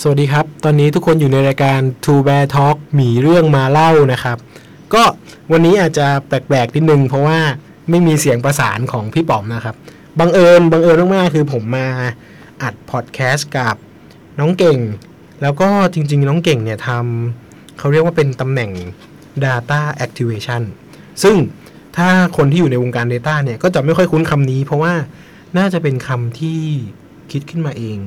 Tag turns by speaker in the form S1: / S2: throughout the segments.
S1: สวัสดีครับ ตอนนี้ทุกคนอยู่ในรายการ Two Bear Talk หมีเรื่องมาเล่านะครับ ก็วันนี้อาจจะแปลกๆนิดนึง เพราะว่าไม่มีเสียงประสานของพี่ป๋อมนะครับ บังเอิญบังเอิญมากๆคือผมมาอัดพอดแคสต์กับน้องเก่ง แล้วก็จริงๆ น้องเก่งเนี่ยทำเขาเรียกว่าเป็นตำแหน่ง Data Activation ซึ่งถ้าคนที่อยู่ในวงการ Data เนี่ยก็จะไม่ค่อยคุ้นคำนี้ เพราะว่าน่าจะเป็นคำที่คิดขึ้นมาเอง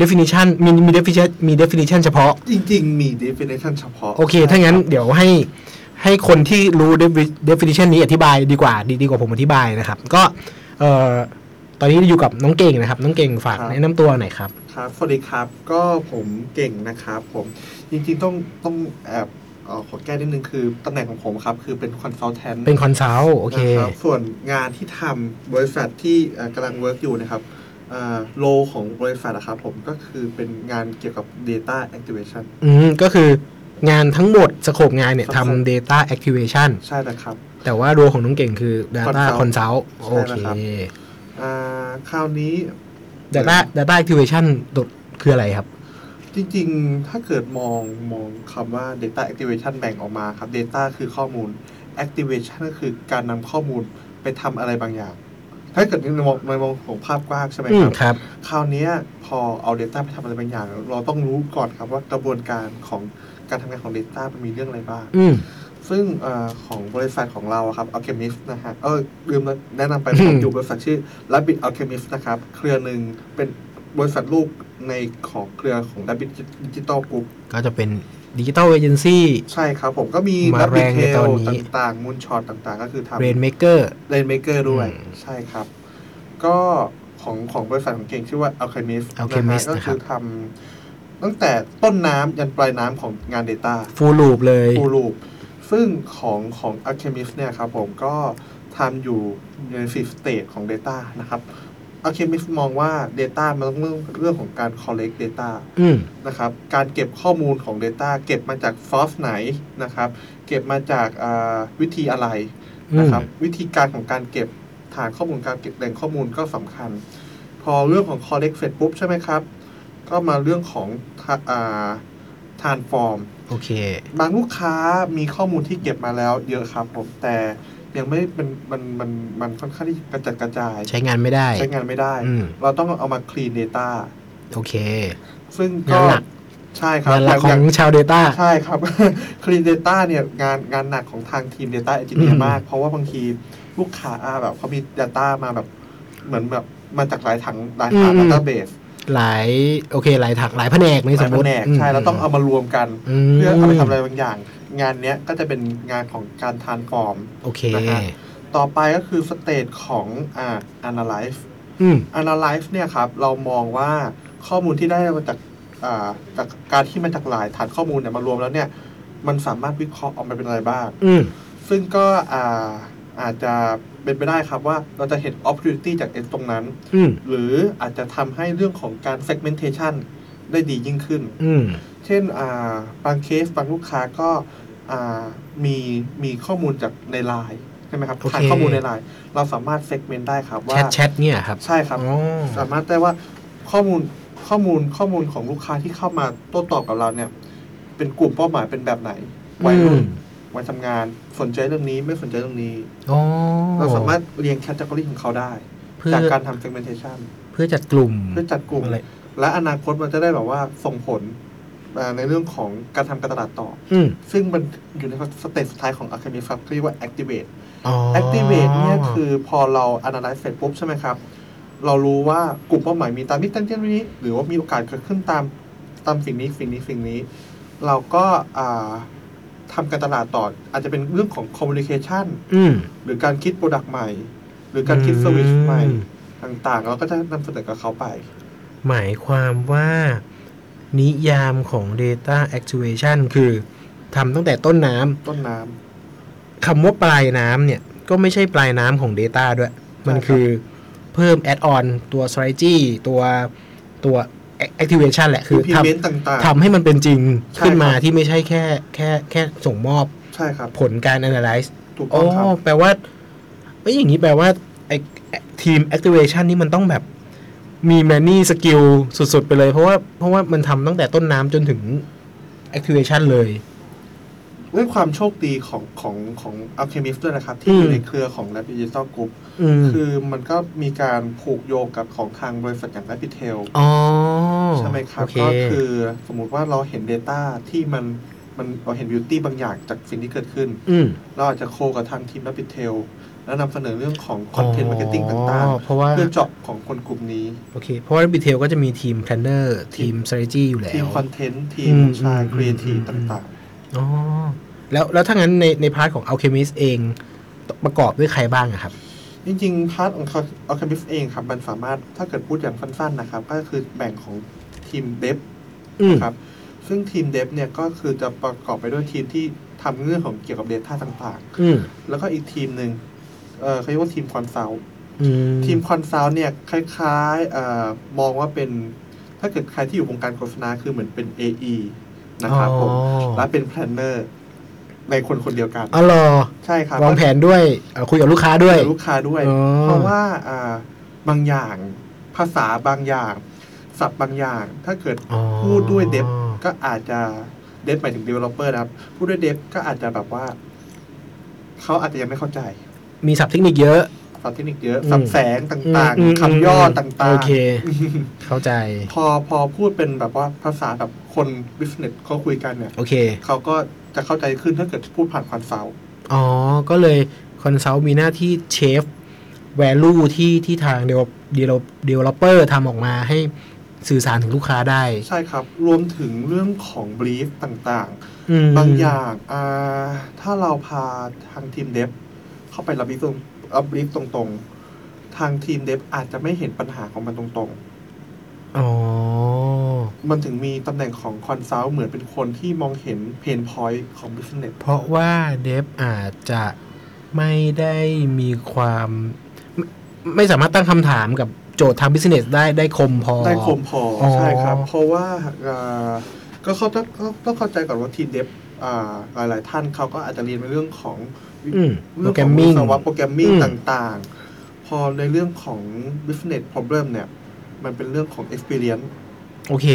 S1: definition มีมี definition มี definition เฉพาะ
S2: จริงๆ มี definition เฉพาะ
S1: โอเค ถ้างั้นเดี๋ยวให้ให้คนที่รู้ defi- definition นี้อธิบายดีกว่า ดีดีกว่าผมอธิบายนะครับ ก็เอ่อตอนนี้อยู่กับน้องเก่งนะครับ น้องเก่งฝากแนะนำตัวหน่อยครับ
S2: ครับ สวัสดีครับ ก็ผมเก่งนะครับผม จริงๆ ต้องต้องแอบเอ่อขอแก้นิดนึงคือตำแหน่งของผมครับ คือเป็น consultant
S1: เป็นคอนซัลท์โอเค
S2: นะครับ ส่วนงานที่ทำบริษัทที่เอ่อกำลัง work อยู่นะครับโลของบริษัทนะครับผมก็คือเป็นงานเกี่ยวกับ data activation
S1: อืม ก็คืองานทั้งหมดสโคปงานเนี่ย
S2: ครับ
S1: ทำ data activation
S2: ใช่นะครับ
S1: แต่ว่าโรของน้องเก่งคือ data
S2: Consult
S1: consult โอ
S2: ใช่แล้ว
S1: เค
S2: ครับ อ่าคราวนี้
S1: data data activation ดดคืออะไรครับ
S2: จริงๆ ถ้าเกิดมองมองคำว่า Data Activation แบ่งออกมาครับ Data คือข้อมูล Activation ก็คือการนำข้อมูลไปทำอะไรบางอย่าง ถ้าเกิดในมองในมองของภาพกว้างใช่ไหม
S1: อื
S2: ค
S1: ม
S2: รับ
S1: ครับ
S2: คราวเนี้ยพอเอา Data ไปทำอะไรบางอย่าง เราต้องรู้ก่อนครับว่ากระบวนการของการทำงานของ Data มันมีเรื่องอะไรบ้าง
S1: อืม
S2: ซึ่งเออของบริษัทของเราอะครับ Alchemist นะฮะเออลืมแนะนำไปนะครับ อยู่บริษัทชื่อ Rabbit Alchemist นะครับ เครือหนึ่งเป็นบริษัทลูกในของเครือของ Rabbit Digital Group
S1: ก็จะเป็นดิจิตอลเอเจนซี่
S2: ใช่ครับผมก็มี
S1: มา
S2: Rabbit
S1: แรงใน
S2: Tail
S1: ตอนนี้
S2: ต่างๆ มูลช็อตต่างๆ ก็คือทำ
S1: เรนเมเกอร์
S2: Rainmaker ด้วย
S1: อืม
S2: ใช่ครับ ก็ของของบริษัทของเก่งชื่อว่า Alchemist นะฮะ
S1: Alchemist
S2: ก็คือทำตั้งแต่ต้นน้ำยันปลายน้ำของงาน Data
S1: ฟูลูปเลย
S2: ฟูลูปซึ่งของของ Alchemist เนี่ยครับผมก็ทำอยู่ใน4 state ของ Data นะครับ Alchemist มองว่า Data มันต้องเรื่องเรื่องของการ collect data
S1: อืม
S2: นะครับ การเก็บข้อมูลของ Data เก็บมาจาก source ไหนนะครับ เก็บมาจากอ่าวิธีอะไรนะครับ วิธีการของการเก็บฐานข้อมูลการเก็บแหล่งข้อมูลก็สำคัญ พอเรื่องของ collect เสร็จปุ๊บใช่ไหมครับ ก็มาเรื่องของอ่า transform
S1: โอเค
S2: บางลูกค้ามีข้อมูลที่เก็บมาแล้วเยอะครับผมแต่ยังไม่มันมันมันมันค่อนข้างที่กระจัดกระจาย
S1: ใช้งานไม่ได้
S2: ใช้งานไม่ได้
S1: อืม
S2: เราต้องเอามา clean data
S1: โอเค
S2: ซึ่ง
S1: งา
S2: ก็
S1: นหนัก
S2: ใช่ครับ
S1: งานหลัก
S2: ย่า
S1: ของ
S2: ย่า
S1: ชาว Data
S2: ใช่ครับ clean data เนี่ยงานงานหนักของทางทีม data engineer
S1: อืม
S2: มาก เพราะว่าบางทีลูกค้าอ่ะแบบเขามี data มาแบบเหมือนแบบมาจากหลายถังหลายถัง database
S1: หลายโอเค หลายถักหลายแผนกใน
S2: ห
S1: ส
S2: ลาม ย
S1: ม
S2: แผ
S1: ติ
S2: นกใช่แล้วต้องเอามารวมกัน
S1: ม
S2: เพื่อเอาไปทำอะไรบางอย่าง งานเนี้ยก็จะเป็นงานของการ transform
S1: โอเค
S2: นะฮะ ต่อไปก็คือสเตจของอ่า analyze
S1: อืม
S2: analyze เนี่ยครับ เรามองว่าข้อมูลที่ได้มาจากอ่าจากการที่มันจากหลายฐานข้อมูลเนี่ยมารวมแล้วเนี่ย มันสามารถวิเคราะห์ออกมาเป็นอะไรบ้าง
S1: อืม
S2: ซึ่งก็อ่าอาจจะเป็นไปได้ครับว่าเราจะเห็น opportunity จาก S ตรงนั้น
S1: อืม
S2: หรืออาจจะทำให้เรื่องของการ segmentation ได้ดียิ่งขึ้น
S1: อืม
S2: เช่นอ่าบางเคสบางลูกค้าก็อ่ามีมีข้อมูลจากในไลน์ใช่ไหมครับ
S1: โอเค
S2: ฐานข้อมูลในไลน์เราสามารถเซกเมนต์ได้ครับ
S1: แช
S2: ว่า
S1: ทแชทเนี่ยครับ
S2: ใช่ครับ
S1: อ๋อ
S2: สามารถได้ว่าข้อมูลข้อมูลข้อมูลของลูกค้าที่เข้ามาโต้ตอบกับเราเนี่ย เป็นกลุ่มเป้าหมายเป็นแบบไหนวัยรุ่
S1: อืม
S2: นวัยทำงาน สนใจเรื่องนี้ไม่สนใจเรื่องนี้
S1: อ๋อ
S2: เราสามารถเรียงแคตตาล็อของเขาได้
S1: เพื่อ
S2: จากการทำ segmentation
S1: เพื่อจัดกลุ่ม
S2: เพื่อจัดกลุ่ม
S1: อะไร
S2: และอนาคตมันจะได้แบบว่าส่งผลอ่าในเรื่องของการทำการตลาดต่อ
S1: อืม
S2: ซึ่งมันอยู่ในสเตจสุดท้ายของ Alchemy ครับที่เรียกว่า activate
S1: อ๋อ
S2: activate เนี่ยคือพอเรา analyze เสร็จปุ๊บใช่ไหมครับ เรารู้ว่ากลุ่มเป้าหมายมีตามนี้ตามนี้ หรือว่ามีโอกาสเกิดขึ้นตามตามสิ่งนี้สิ่งนี้สิ่งนี้ เราก็อ่าทำการตลาดต่อ อาจจะเป็นเรื่องของ communication
S1: อืม
S2: หรือการคิด product ใหม่ หรือการคิด service ใหม่
S1: อืม
S2: ต่างๆ เราก็จะนำเสนอกับเขาไป
S1: หมายความว่านิยามของ Data Activation คือทำตั้งแต่ต้นน้
S2: ต้นน้
S1: ำคำว่าปลายน้ำเนี่ย ก็ไม่ใช่ปลายน้ำของ Data ด้วย มันคือเพิ่ม Add on ตัว Strategy ตัวตัว Activation แหละ
S2: ำ
S1: คือท
S2: implement ต่าง
S1: ำทำให้มันเป็นจริง
S2: ใช่
S1: ขึ้นมา
S2: ครับ
S1: ที่ไม่ใช่แค่แค่แค่ส่งมอบ
S2: ๆ ใช่ครับ
S1: ผลการ Analyze
S2: ถูก
S1: อ๋
S2: ต้
S1: อ
S2: องครับ
S1: แปลว่าเอ้ยอย่างนี้แปลว่าไอไอ้ทีม Activation นี่มันต้องแบบ มีแมนนี่สกิลสุด ๆ ไปเลย เพราะว่าเพราะว่ามันทำตั้งแต่ต้นน้ำจนถึง activation เลย
S2: ด้วยความโชคดีของของของ Alchemist ด้วยนะครับ ที่อยู่
S1: อืม
S2: ในเครือของ Rapid Digital Group
S1: อืม
S2: คือมันก็มีการผูกโยงกับของทางบริษัทอย่าง Rapid Tail
S1: อ๋อ
S2: ใช่ไหมครับ
S1: โอเ
S2: ก็คือสมมุติว่าเราเห็น Data ที่มันมันเราเห็น Beauty บางอย่างจากสิ่งที่เกิดขึ้น
S1: อืม
S2: เราอาจจะโคกับทางทีม Rapid Tail แล้วนำเสนอเรื่องของ Content Marketing ต่าง
S1: อ๋อเพราะว่า
S2: ๆ เพื่อเจาะของคนกลุ่มนี้
S1: โอเค เพราะว่าบิเทลก็จะมีทีม planner ทีม strategy อยู่แล้ว
S2: ทีมคอนเทนต์ที
S1: อื
S2: ม
S1: ม
S2: ชาย
S1: อืม
S2: ครีเอทีฟ
S1: อืม
S2: ต่าง
S1: อ๋อ แล้วแล้วถ้างั้นในในพาร์ทของ alchemist เองประกอบด้วยใครบ้างอะครับ
S2: ๆ จริงๆ พาร์ทของอ l ค e มิสเองครับ มันสามารถถ้าเกิดพูดอย่างสั้นๆนะครับ ก็คือแบ่งของทีมเดฟ
S1: อืม
S2: ครับ ซึ่งทีมเดฟเนี่ยก็คือจะประกอบไปด้วยทีมที่ทำเรื่องของเกี่ยวกับ Data ต่าง
S1: อืม
S2: ๆ แล้วก็อีกทีมหนึ่งเอ่อเขาเรียกว่าทีมคอนซัลท์
S1: อืม
S2: ทีมคอนซัลท์เนี่ยคล้ายๆเอ่อมองว่าเป็น ถ้าเกิดใครที่อยู่วงการโฆษณาคือเหมือนเป็น AE นะครับผม
S1: อ๋อ
S2: และเป็นแพลนเนอร์ในคนคนเดียวกัน
S1: อ๋อเหรอ
S2: ใช่ครับ
S1: วางแผนด้วยเอ่อคุยกับลูกค้าด้วย
S2: กับลูกค้าด้วย
S1: อ๋อ
S2: เพราะว่าอ่าบางอย่างภาษาบางอย่างศัพท์บางอย่าง ถ้าเกิด
S1: อ๋อ
S2: พูดด้วยเดฟก็อาจจะเดฟหมายถึง developer นะครับพูดด้วยเดฟก็อาจจะแบบว่า เขาอาจจะยังไม่เข้าใจ
S1: มีศัพท์เทคนิคเยอะ
S2: ศัพท์เทคนิคเยอะ
S1: อืม
S2: ศัพท์แสงต่าง
S1: อืมม
S2: ๆคำย่อต่าง
S1: โอ
S2: ๆ
S1: เค เข้าใจ
S2: พอพอพูดเป็นแบบว่าภาษาแบบคนบิสเนสเขาคุยกันเนี่ย
S1: โอเค
S2: เขาก็จะเข้าใจขึ้นถ้าเกิดพูดผ่านคอนเซิลท์
S1: อ๋อ ก็เลยคอนซัลท์มีหน้าที่เชฟ value ที่ที่ทางเดเวลเดเวลอปเปอร์ทำออกมาให้สื่อสารถึงลูกค้าได้
S2: ใช่ครับ รวมถึงเรื่องของบรีฟต่างๆ
S1: อืม
S2: บางอย่างอ่าถ้าเราพาทางทีมเดฟเข้าไปรับบรีฟตรงรับบรีฟตรงๆ ทางทีมเดฟอาจจะไม่เห็นปัญหาของมันตรง
S1: อ๋อ
S2: ๆ มันถึงมีตำแหน่งของคอนซัลท์เหมือนเป็นคนที่มองเห็นเพนพอยต์ของบิสเนส
S1: เพราะว่าเดฟอาจจะไม่ได้มีความไม่ไม่สามารถตั้งคำถามกับโจทย์ทางบิสเนสได้ได้คมพอ
S2: ได้คมพออ
S1: อ
S2: ใช่ครับ เพราะว่าอ่าก็เขาต้องต้องต้องเข้าใจก่อนว่าทีมเดฟอ่าหลายๆท่านเขาก็อาจจะเรียนในเรื่องของ
S1: อืมโป
S2: เรื่
S1: ร
S2: อง
S1: แกร
S2: ขอ
S1: ม
S2: งวิ
S1: มิ่ง
S2: ศวะโปรแกรมมิ่
S1: อืม
S2: งต่างๆ พอในเรื่องของ business problem เนี่ย มันเป็นเรื่องของ experience
S1: โอเค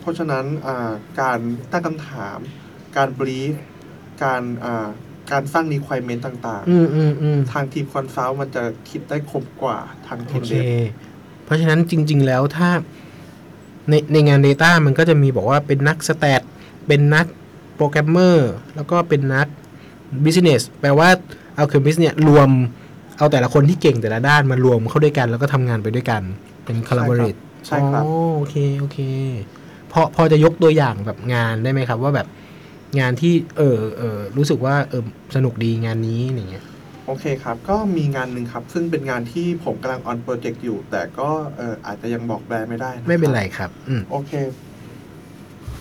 S2: เพราะฉะนั้นอ่าการตั้งคำถาม การ brief การอ่าการสร้าง requirement ต่าง
S1: อืมอืมอืม
S2: ๆ ทางทีมคอนซัลท์มันจะคิดได้คมกว่าทาง
S1: โอ
S2: ทีม
S1: เค
S2: เดฟ
S1: เพราะฉะนั้นจริง ๆ แล้วถ้าในในงาน Data มันก็จะมีบอกว่าเป็นนักสแตทเป็นนักโปรแกรมเมอร์แล้วก็เป็นนัก Business แปลว่าเอาคือ Business เนี่ยรวมเอาแต่ละคนที่เก่งแต่ละด้านมารวมเข้าด้วยกัน แล้วก็ทำงานไปด้วยกันเป็น collaborate
S2: ใช่ครับ
S1: อ๋อโอเค โอเค พอพอจะยกตัวอย่างแบบงานได้ไหมครับ ว่าแบบงานที่ เออเออรู้สึกว่าเออสนุกดีงานนี้อย่างเงี้ย
S2: โอเคครับ ก็มีงานหนึ่งครับ ซึ่งเป็นงานที่ผมกำลัง on project อยู่ แต่ก็เอ่ออาจจะยังบอกแบรนด์ไม่ได้ะคบ
S1: ไม่เป็นไรครับ อืม
S2: โอเค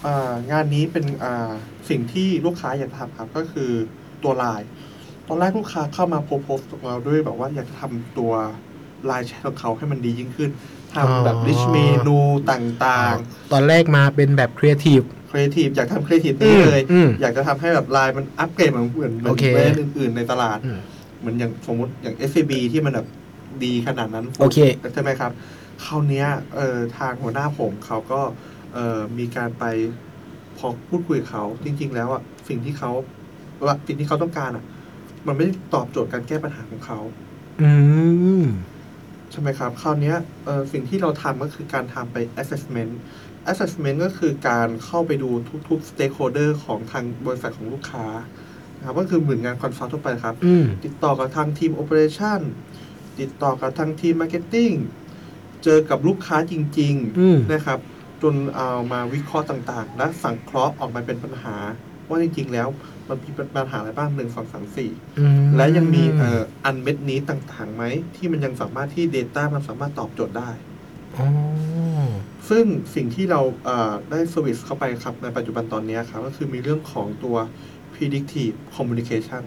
S2: อ่างานนี้เป็นอ่าสิ่งที่ลูกค้าอยากทำครับ ก็คือตัวลาย ตอนแรกลูกค้าเข้ามาโพสต์ของเราด้วยแบบว่าอยากทำตัวลายแชทของเขาให้มันดียิ่งขึ้นทำแบบลิชเมนูต่าง
S1: ตอนแรกมาเป็นแบบครีเอทีฟ
S2: ๆครีเอทีฟอยากทำครีเอทีฟนี้เลย
S1: อืม
S2: อยากจะทำให้แบบลายมันอัปเกรดเหมือนเหมือนเหมือ
S1: โอน เค
S2: แบรนด์อื่น ๆ ในตลาด
S1: อืม
S2: เหมือนอย่างสมมติอย่าง s c b ที่มันแบบดีขนาดนั้น
S1: โอเค
S2: ใช่ไหมครับคราวเนี้ยเอ่อทางหัวหน้าผมเขาก็เอ่อมีการไปพอพูดคุยกับเขาจริง ๆ แล้วอ่ะสิ่งที่เขาว่าสิ่งที่เขาต้องการอ่ะ มันไม่ได้ตอบโจทย์การแก้ปัญหาของเขา
S1: อืม
S2: ใช่ไหมครับคราวเนี้ยเอ่อสิ่งที่เราทำก็คือการทำไป assessment assessment ก็คือการเข้าไปดูทุกๆ stakeholder ของทางบริษัทของลูกค้านะครับก็คือเหมือนงานคอนซัลท์ทั่วไปครับ
S1: อืม
S2: ติดต่อกับทางทีมโอเปอเรชันติดต่อกับทางทีมมาร์เก็ตติ้ง เจอกับลูกค้าจริง
S1: อืม
S2: ๆนะครับ จนเอามาวิเคราะห์ต่างๆ และสังเคราะห์ออกมาเป็นปัญหา ว่าจริงๆ แล้วมันมีปัญหาอะไรบ้างหนึ่งสองสามสี่และยังมีเอ่ออันเม็ดนี้ต่างๆไหม ที่มันยังสามารถที่ Data มันสามารถตอบโจทย์ได้
S1: อ๋อ
S2: ซึ่งสิ่งที่เราเอ่อได้สวิสเข้าไปครับในปัจจุบันตอนเนี้ยครับก็คือมีเรื่องของตัว predictive communication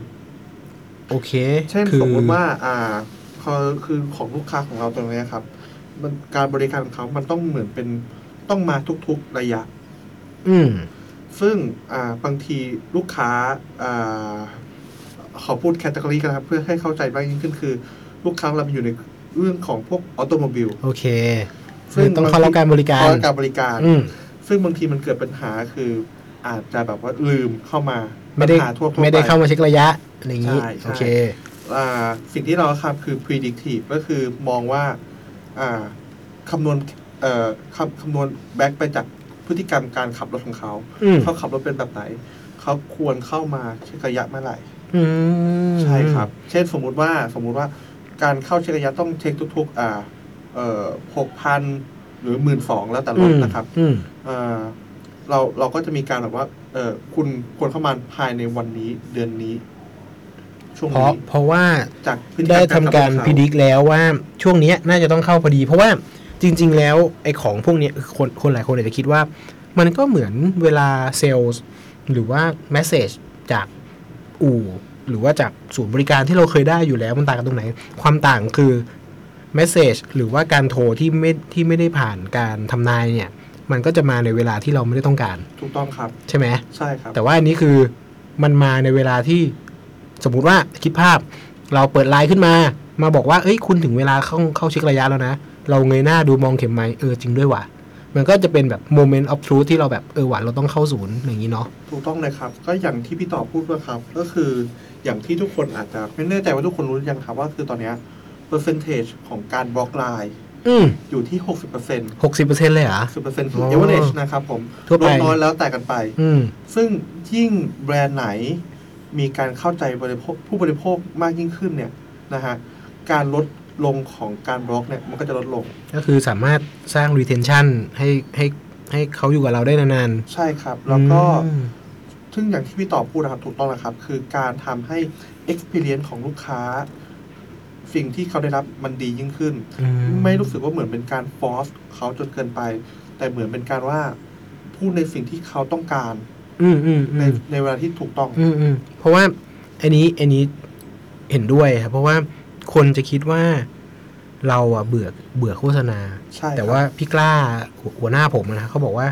S1: โอเค
S2: เช่น
S1: คือ
S2: สมมติว่า อ่าเขาคือของลูกค้าของเราตรงเนี้ยครับ มันการบริการของเขา มันต้องเหมือนเป็นต้องมาทุกๆระยะ
S1: อืม
S2: ซึ่ง อ่า บางทีลูกค้า อ่า ขอพูดแคตตาล็อกันนะครับ เพื่อให้เข้าใจมากยิ่งขึ้นคือ ลูกค้าเรามันอยู่ใน เรื่องของพวกออโตโมบิล
S1: โอเค
S2: ซึ่ง
S1: ต้องเข้ารับการบริการ
S2: เพราะการบริการ
S1: อืม
S2: ซึ่งบางทีมันเกิดปัญหาคืออาจจะแบบว่าลืมเข้ามา
S1: ไม่ได้
S2: ปัญหาทั่วๆ
S1: ไม่ได้
S2: ป
S1: เข้ามาเช็คระยะอะไรอย่างนี้
S2: ใช่ใช่
S1: โอเค
S2: อ่าสิ่งที่เราทำคือ predictive ก็คือมองว่าอ่าคำนวณเอ่อคำคำนวณแบ็กไปจากพฤติกรรมการขับรถของเขา
S1: อืม
S2: เขาขับรถเป็นแบบไหน เขาควรเข้ามาเช็คระยะเมื่อไหร่
S1: อืม
S2: ใช่ครับ เช่นสมมุติว่าสมมุติว่าการเข้าเช็คระยะต้องเช็คทุกๆอ่าเอ่อหกพันหรือหมื่นสองแล้วแต่รถนะครับ
S1: อืม
S2: เอ่อเราเราก็จะมีการแบบว่า เออคุณควรเข้ามาภายในวันนี้เดือนนี้ ช่วง
S1: เพ
S2: นี้
S1: ราะเพราะว่า
S2: จากพฤติ
S1: ได้
S2: ม
S1: ทำการ
S2: ขอ
S1: พิดิกแล้วว่าช่วงเนี้ยน่าจะต้องเข้าพอดี เพราะว่าจริง ๆ แล้วไอ้ของพวกเนี้ยคนคนหลายคนอาจจะคิดว่า มันก็เหมือนเวลาเซลล์หรือว่าแมสเซจจากอู่ หรือว่าจากศูนย์บริการที่เราเคยได้อยู่แล้วมันต่างกันตรงไหน ความต่างคือแมสเซจหรือว่าการโทรที่ไม่ที่ไม่ได้ผ่านการทำนายเนี่ย มันก็จะมาในเวลาที่เราไม่ได้ต้องการ
S2: ถูกต้องครับ
S1: ใช่ไหม
S2: ใช่ครับ
S1: แต่ว่าอันนี้คือมันมาในเวลาที่สมมุติว่าคิดภาพ เราเปิดไลน์ขึ้นมา มาบอกว่า เอ้ยคุณถึงเวลาเข้าเข้าเช็คระยะแล้วนะ เราเงยหน้าดูมองเข็มไหมเออจริงด้วยว่ะ มันก็จะเป็นแบบโมเมนต์ออฟทรูที่เราแบบ เออว่ะเราต้องเข้าศูนย์อย่างนี้เนาะ
S2: ถูกต้องเลยครับ ก็อย่างที่พี่ต่อพูดว่าครับ ก็คืออย่างที่ทุกคนอาจจะไม่แน่ใจว่าทุกคนรู้หรือยังครับ ว่าคือตอนเนี้ยเปอร์เซนเทจของการบล็อกไลน์
S1: อืม
S2: อยู่ที่ 60%เปอร์เซ็นต์
S1: หกสิบเปอร์เซ็นต์เลยเหรอ
S2: สิบเปอร์เซ็นต์คือ
S1: อ
S2: เอเวอเรจนะครับผม
S1: ทั่ว
S2: ล
S1: ไป
S2: ดน้อยแล้วแต่กันไป
S1: อืม
S2: ซึ่งยิ่งแบรนด์ไหนมีการเข้าใจบริโภคผู้บริโภคมากยิ่งขึ้นเนี่ยนะฮะการลดลงของการบล็อกเนี่ยมันก็จะลดลง
S1: ก็คือสามารถสร้าง retention ให้ให้ให้เขาอยู่กับเราได้นาน
S2: ใช่ครับ
S1: ๆ
S2: แล้วก็
S1: อืม
S2: ซึ่งอย่างที่พี่ต่อพูดนะครับถูกต้องแล้วครับ คือการทำให้ experience ของลูกค้า สิ่งที่เขาได้รับมันดียิ่งขึ้น
S1: อื
S2: ไม่รู้สึกว่าเหมือนเป็นการฟอสเขาจนเกินไป แต่เหมือนเป็นการว่าพูดในสิ่งที่เขาต้องการ
S1: อืมอืม
S2: ใน
S1: อืม
S2: ในเวลาที่ถูกต้อง
S1: อืมอืมเพราะว่าอันนี้อันนี้เห็นด้วยครับ เพราะว่าคนจะคิดว่าเราอ่ะเบื่อเบื่อโฆษณา
S2: ใช่ครับ
S1: แต่ว่าพี่กล้าหัวหัวหน้าผมนะเขาบอกว่า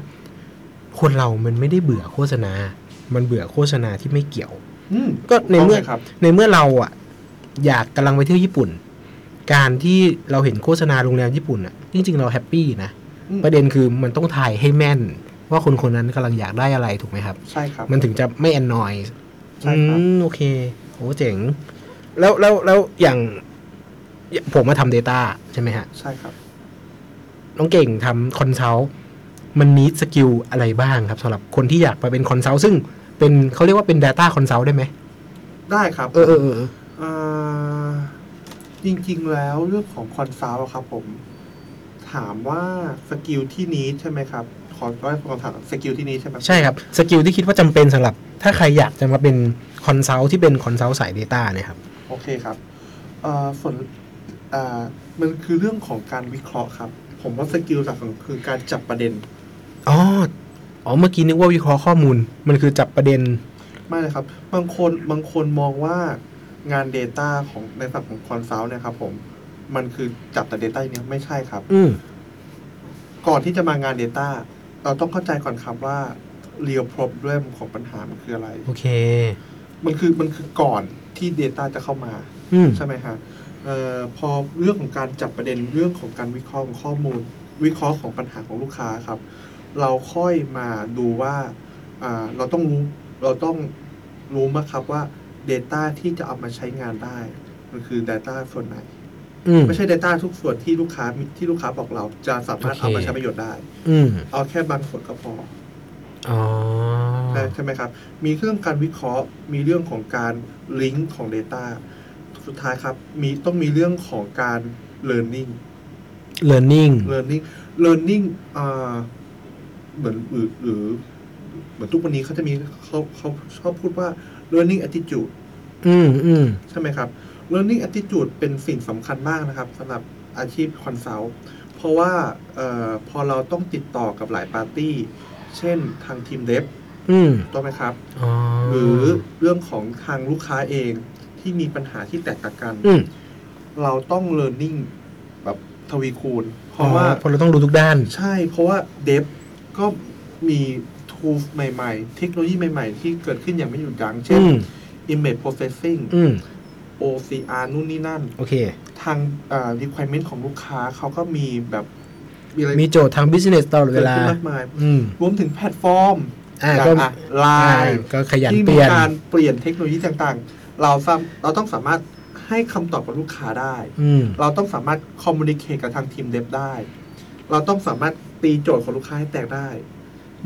S1: คนเรามันไม่ได้เบื่อโฆษณา มันเบื่อโฆษณาที่ไม่เกี่ยว
S2: อืม
S1: ก็ในเมื่อ
S2: ถูกต้องลยครับ
S1: ในเมื่อเราอ่ะ อยากกำลังไปเที่ยวญี่ปุ่น การที่เราเห็นโฆษณาโรงแรมญี่ปุ่นอ่ะจริงๆเราแฮปปี้นะ
S2: อืม
S1: ประเด็นคือมันต้องถ่ายให้แม่น ว่าคนคนนั้นกำลังอยากได้อะไรถูกไหมครับ
S2: ใช่ครับ
S1: มันถึงจะไม่แอนนอย
S2: ใช่ครับ
S1: อืมโอเคโหเจ๋ง แล้วแล้วแล้วอย่างอย่างผมมาทำ Data ใช่ไหมฮะ
S2: ใช่ครับ
S1: น้องเก่งทำคอนซัลท์มันนิดสกิลอะไรบ้างครับสำหรับคนที่อยากไปเป็นคอนซัลท์ซึ่งเป็นเขาเรียกว่าเป็น Data คอนซัลท์ได้ไหม
S2: ได้ครับ
S1: เออเออเออเออ
S2: เอ่อจริงๆแล้วเรื่องของคอนซัลท์อะครับผม ถามว่าสกิลที่นี้ใช่ไหมครับ ขอร้อยคำถามสกิลที่นี้ใช่ไหม
S1: ใช่ครับ สกิลที่คิดว่าจำเป็นสำหรับ ถ้าใครอยากจะมาเป็นคอนซัลท์ที่เป็นคอนซัลท์สาย Data เนี่ยครับ
S2: โอเคครับเอ่อส่วนเอ่อมันคือเรื่องของการวิเคราะห์ครับ ผมว่าสกิลหลักของคือการจับประเด็น
S1: อ๋ออ๋อเมื่อกี้นึกว่าวิเคราะห์ข้อมูล มันคือจับประเด็น
S2: ไม่เลยครับ บางคนบางคนมองว่างาน Data ของในฝั่งของคอนซัลท์เนี่ยครับผมมันคือจับแต่ Data อย่างเนี้ยไม่ใช่ครับ
S1: อืม
S2: ก่อนที่จะมางาน Data เราต้องเข้าใจก่อนครับว่า real problem ของปัญหามันคืออะไร
S1: โอเค
S2: มันคือมันคือก่อนที่ Data จะเข้ามา
S1: อืม
S2: ใช่ไหมฮะเอ่อพอเรื่องของการจับประเด็นเรื่องของการวิเคราะห์ของข้อมูล วิเคราะห์ของปัญหาของลูกค้าครับ เราค่อยมาดูว่าอ่าเราต้องรู้เราต้องรู้มากครับว่า Data ที่จะเอามาใช้งานได้ มันคือ Data ส่วนไหน
S1: อืม
S2: ไม่ใช่ Data ทุกส่วนที่ลูกค้ามีที่ลูกค้าบอกเราจะสามารถเอามาใช้ประโยชน์ได้
S1: อืม
S2: เอาแค่บางส่วนก็พอ
S1: อ๋อ
S2: ได้ใช่ไหมครับ มีเรื่องการวิเคราะห์ มีเรื่องของการลิงก์ของ Data สุดท้ายครับ มีต้องมีเรื่องของการ Learning
S1: learning
S2: Learning Learning อ่าเหมือนหรือหรือเหมือนทุกวันนี้เขาจะมีเขาเขาชอบพูดว่า Learning Attitude
S1: อืมอืม
S2: ใช่ไหมครับ Learning Attitude เป็นสิ่งสำคัญมากนะครับสำหรับอาชีพคอนซัลท์เพราะว่าเอ่อพอเราต้องติดต่อกับหลายปาร์ตี้ เช่นทางทีมเดฟ
S1: อืม
S2: ถูกต้องไหมครับ
S1: อ๋อ
S2: หรือเรื่องของทางลูกค้าเองที่มีปัญหาที่แตกต่างกัน
S1: อืม
S2: เราต้อง learning แบบทวีคูณ เพราะว่า
S1: อ๋อเพราะเราต้องรู้ทุกด้าน
S2: ใช่เพราะว่าเดฟก็มี tools ใหม่ๆ เทคโนโลยีใหม่ๆ ที่เกิดขึ้นอย่างไม่หยุดยั้งเช่
S1: อื
S2: น
S1: ม
S2: image processing
S1: อืม
S2: OCR นู่นนี่นั่น
S1: โอเค
S2: ทางอ่า requirement ของลูกค้าเขาก็มีแบบมีอะไร
S1: มีโจทย์ทาง business ตลอดเว
S2: เกิด
S1: ลา
S2: ขึ้นมากมาย
S1: อืม
S2: รวมถึงแพลตฟอร์ม
S1: อ่า
S2: อย่า
S1: ก็
S2: งไล
S1: อ่า
S2: น์
S1: ก็ขยัน
S2: ที่
S1: เป
S2: มี
S1: ลี่ยน
S2: การเปลี่ยนเทคโนโลยีต่างๆ เราสามเราต้องสามารถให้คำตอบกับลูกค้าได้
S1: อืม
S2: เราต้องสามารถคอมมูนิเค e กับทางทีมเดฟได้ เราต้องสามารถตีโจทย์ของลูกค้าให้แตกได้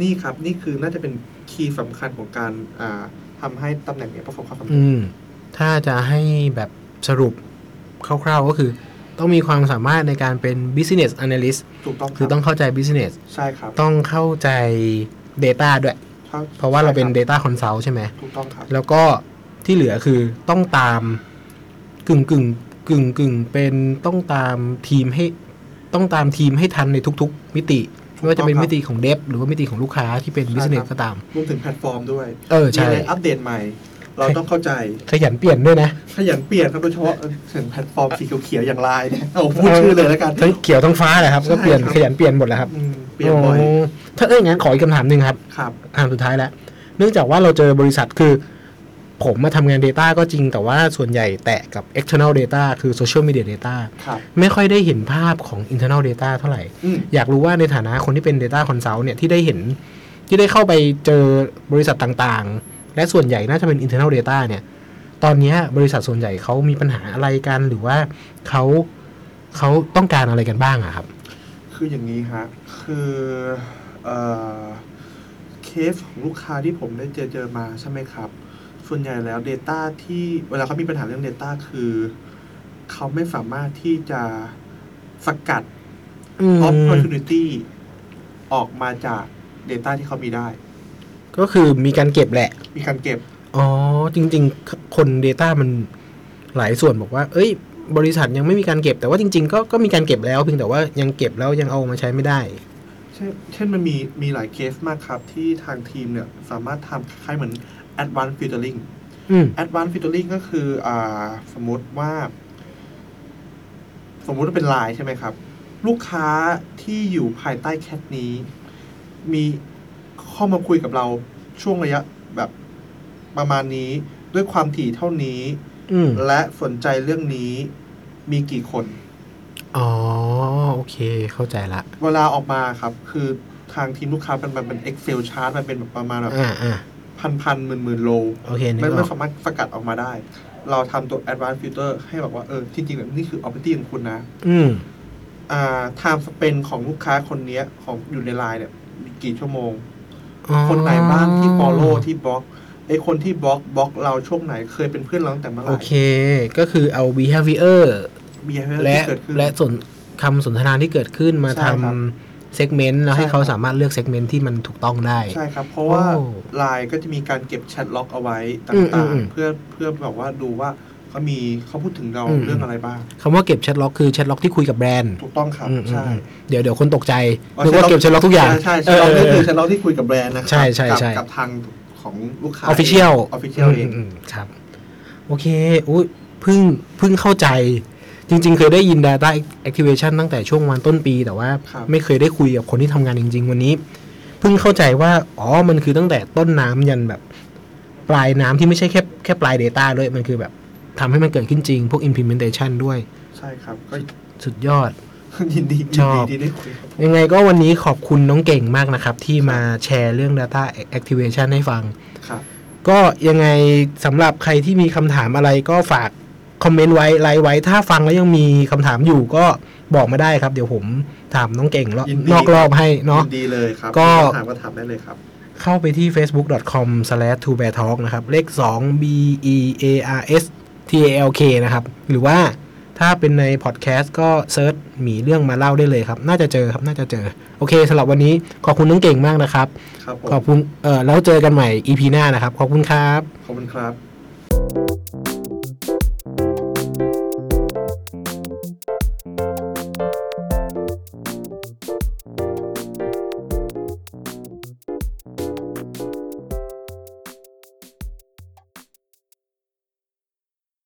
S2: นี่ครับ นี่คือน่าจะเป็นคีย์สำคัญของการอ่าทำให้ตำแหน่งเนี้ยประสบความสำเร็จ
S1: อืม ถ้าจะให้แบบสรุปคร่าวๆก็คือ ต้องมีความสามารถในการเป็น business analyst
S2: ถูกต้อง
S1: คือ
S2: รั
S1: ต้
S2: บ
S1: องเข้าใจ business
S2: ใช่ครับ
S1: ต้องเข้าใจ data ด้วย
S2: ถ้
S1: เพราะว่าเราเป็น
S2: ใช่คบ
S1: data consult ใช่ไหม
S2: ถูกต้องครับ
S1: แล้วก็ที่เหลือคือต้องตามกึ่งกึ่งกึ่งกึ่งเป็นต้องตามทีมให้ต้องตามทีมให้ทันในทุก ๆ มิติ ไม่ว่าจะเป็น
S2: ครับ
S1: มิติของเดฟหรือว่ามิติของลูกค้าที่เป็น
S2: ใช่
S1: business
S2: ครับ
S1: ก็ตาม
S2: รวมถึงแพลตฟอร์มด้วย
S1: เออ
S2: มี
S1: ใช่
S2: อะไรอัปเดตใหม่ เราต้องเข้าใจ
S1: ขยันเปลี่ยนด้วยนะ
S2: ขยันเปลี่ยนครับโดยเฉพาะเออถึงแพลตฟอร์มสีเขียวๆอย่างไลน์เนี่ยเอาพูดชื่อเลยแล้วกัน
S1: ทั้งเขียวทั้งฟ้าเลยครับ
S2: ใช่
S1: ก็เปลี่ยน
S2: ครับ
S1: ขยันเปลี่ยนหมดแล้วครับ
S2: อืมเปลี่ยนบ่อย
S1: อถ้าเอ้ยงั้นขออีกคำถามหนึ่งครับ
S2: ครับ
S1: ถามสุดท้ายแล้ว เนื่องจากว่าเราเจอบริษัทคือ ผมมาทำงาน Data ก็จริงแต่ว่าส่วนใหญ่แตะกับ external data คือ social media data
S2: ครับ
S1: ไม่ค่อยได้เห็นภาพของ internal data เท่าไหร่
S2: อืม
S1: อยากรู้ว่าในฐานะคนที่เป็น Data Consult เนี่ยที่ได้เห็นที่ได้เข้าไปเจอบริษัทต่างๆ และส่วนใหญ่น่าจะเป็น internal data เนี่ย ตอนเนี้ยบริษัทส่วนใหญ่เขามีปัญหาอะไรกันหรือว่าเขาเขาต้องการอะไรกันบ้างอะครับ
S2: คืออย่างนี้ฮะคือเอ่อเคสของลูกค้าที่ผมได้เจอเจอมาใช่ไหมครับ ส่วนใหญ่แล้ว Data ที่เวลาเขามีปัญหาเรื่อง Data คือ เขาไม่สามารถที่จะสกัด
S1: อืม
S2: opportunity ออกมาจาก Data ที่เขามีได้
S1: ก็คือมีการเก็บแหละ
S2: มีการเก็บ
S1: อ๋อ จริง ๆ คน Data มันหลายส่วนบอกว่า เอ้ย บริษัทยังไม่มีการเก็บ แต่ว่าจริง ๆ ก็ก็มีการเก็บแล้วเพียงแต่ว่ายังเก็บแล้วยังเอามาใช้ไม่ได้
S2: เช่นเช่นมันมีมีหลายเคสมากครับ ที่ทางทีมเนี่ย สามารถทำคล้ายๆเหมือน advanced filtering
S1: อืม
S2: Advanced Filtering ก็คืออ่าสมมติว่า สมมติว่าเป็นไลน์ใช่ไหมครับ ลูกค้าที่อยู่ภายใต้แคทนี้ มีเข้ามาคุยกับเราช่วงระยะแบบประมาณนี้ด้วยความถี่เท่านี้
S1: อืม
S2: และสนใจเรื่องนี้มีกี่คน
S1: อ๋อโอเค เข้าใจละ
S2: เวลาออกมาครับ คือทางทีมลูกค้าเป็นมันเป็น Excel chart มันเป็นแบบประมาณแบบ
S1: อ่าอ่า
S2: พันพันหมื่นหมื่นโล
S1: โอเคนึก
S2: มัน
S1: อ
S2: ไม่
S1: อก
S2: สามารถสกัดออกมาได้ เราทำตัว advanced filter ให้แบบว่า เออ จริงๆแบบนี่คือ opportunity ของคุณนะ
S1: อืม
S2: อ่า time spend ของลูกค้าคนเนี้ย ของอยู่ในไลน์เนี่ยมีกี่ชั่วโมง
S1: อ๋อ
S2: คนไหนบ้างที่ follow ที่บล็อกไอคนที่บล็อกบล็อกเราช่วงไหนเคยเป็นเพื่อนเราตั้งแต่เมื่อไห
S1: โอ
S2: ร่
S1: เค ก็คือเอา behavior
S2: มีอะไร
S1: และ
S2: ที่เกิดขึ้น
S1: และส่วนคำสนทนาที่เกิดขึ้นมาท
S2: ใช่ครับ
S1: ำ segment แล้วให้
S2: ใช่ครับ
S1: เขาสามารถเลือก segment ที่มันถูกต้องได้
S2: ใช่ครับ เพราะว่า
S1: โอ้
S2: ไลน์ก็จะมีการเก็บแชทล็อกเอาไว้ต
S1: อืม่
S2: าง
S1: อืม
S2: ๆ เพื่อเพื่อแบบว่าดูว่าเขามีเขาพูดถึงเรา
S1: อืม
S2: เรื่องอะไรบ้าง
S1: คำว่าเก็บแชทล็อกคือแชทล็อกที่คุยกับแบรนด์
S2: ถูกต้องครับ
S1: อืมอืม
S2: ใช่
S1: อืมเดี๋ยวเดี๋ยวคนตกใจ
S2: อ๋อ
S1: นึกว่าเก็บแชทล็อกทุกอย่าง
S2: ใช่ใช่ใช่
S1: เออ
S2: เรา
S1: เออ
S2: คือฉันเราที่คุยกับแบรนด์นะครั
S1: ใช่ใช่
S2: กับ
S1: ใช่
S2: กับทางของลูกค้า
S1: official
S2: ออฟฟิเชียลเอง
S1: มๆครับ โอเคอุ้ยเพิ่งเพิ่งเข้าใจ จริง ๆ เคยได้ยิน Data Activation ตั้งแต่ช่วงวันต้นปี แต่ว่า
S2: ครับ
S1: ไม่เคยได้คุยกับคนที่ทำงานจริง ๆ วันนี้ เพิ่งเข้าใจว่าอ๋อมันคือตั้งแต่ต้นน้ำยันแบบ ปลายน้ำที่ไม่ใช่แค่แค่ปลาย Data ด้วย มันคือแบบทำให้มันเกิดขึ้นจริง พวก implementation ด้วย
S2: ใช่ครับ ก็
S1: สุดยอด
S2: ยินดียิน
S1: ช
S2: ดี
S1: อบ
S2: ที่ได้คุยครับ
S1: ยังไงก็วันนี้ขอบคุณน้องเก่งมากนะครับ ที่มาแชร์เรื่อง Data Activation ให้ฟัง
S2: ครับ
S1: ก็ยังไงสำหรับใครที่มีคำถามอะไรก็ฝากคอมเมนต์ไว้ไลค์ไว้ ถ้าฟังแล้วยังมีคำถามอยู่ก็บอกมาได้ครับ เดี๋ยวผมถามน้องเก่งแล้ว
S2: ยินดี
S1: นอกรอบให้เนาะ
S2: ยินดีเลยครับ
S1: ก็
S2: มีคำถามก็ถามได้เลยครับ
S1: เข้าไปที่ facebook.com s l a s h t o b e a r t a l k นะครับ เลข 2 b e a r s t a l k นะครับ หรือว่าถ้าเป็นในพอดแคสต์ก็เซิร์ชหมีเรื่องมาเล่าได้เลยครับ น่าจะเจอครับน่าจะเจอ โอเคสำหรับวันนี้ขอบคุณน้องเก่งมากนะครับ
S2: ครับผม
S1: ขอบคุณเออแล้วเจอกันใหม่ EP หน้านะครับ ขอบคุณครับ
S2: ขอบคุณครับ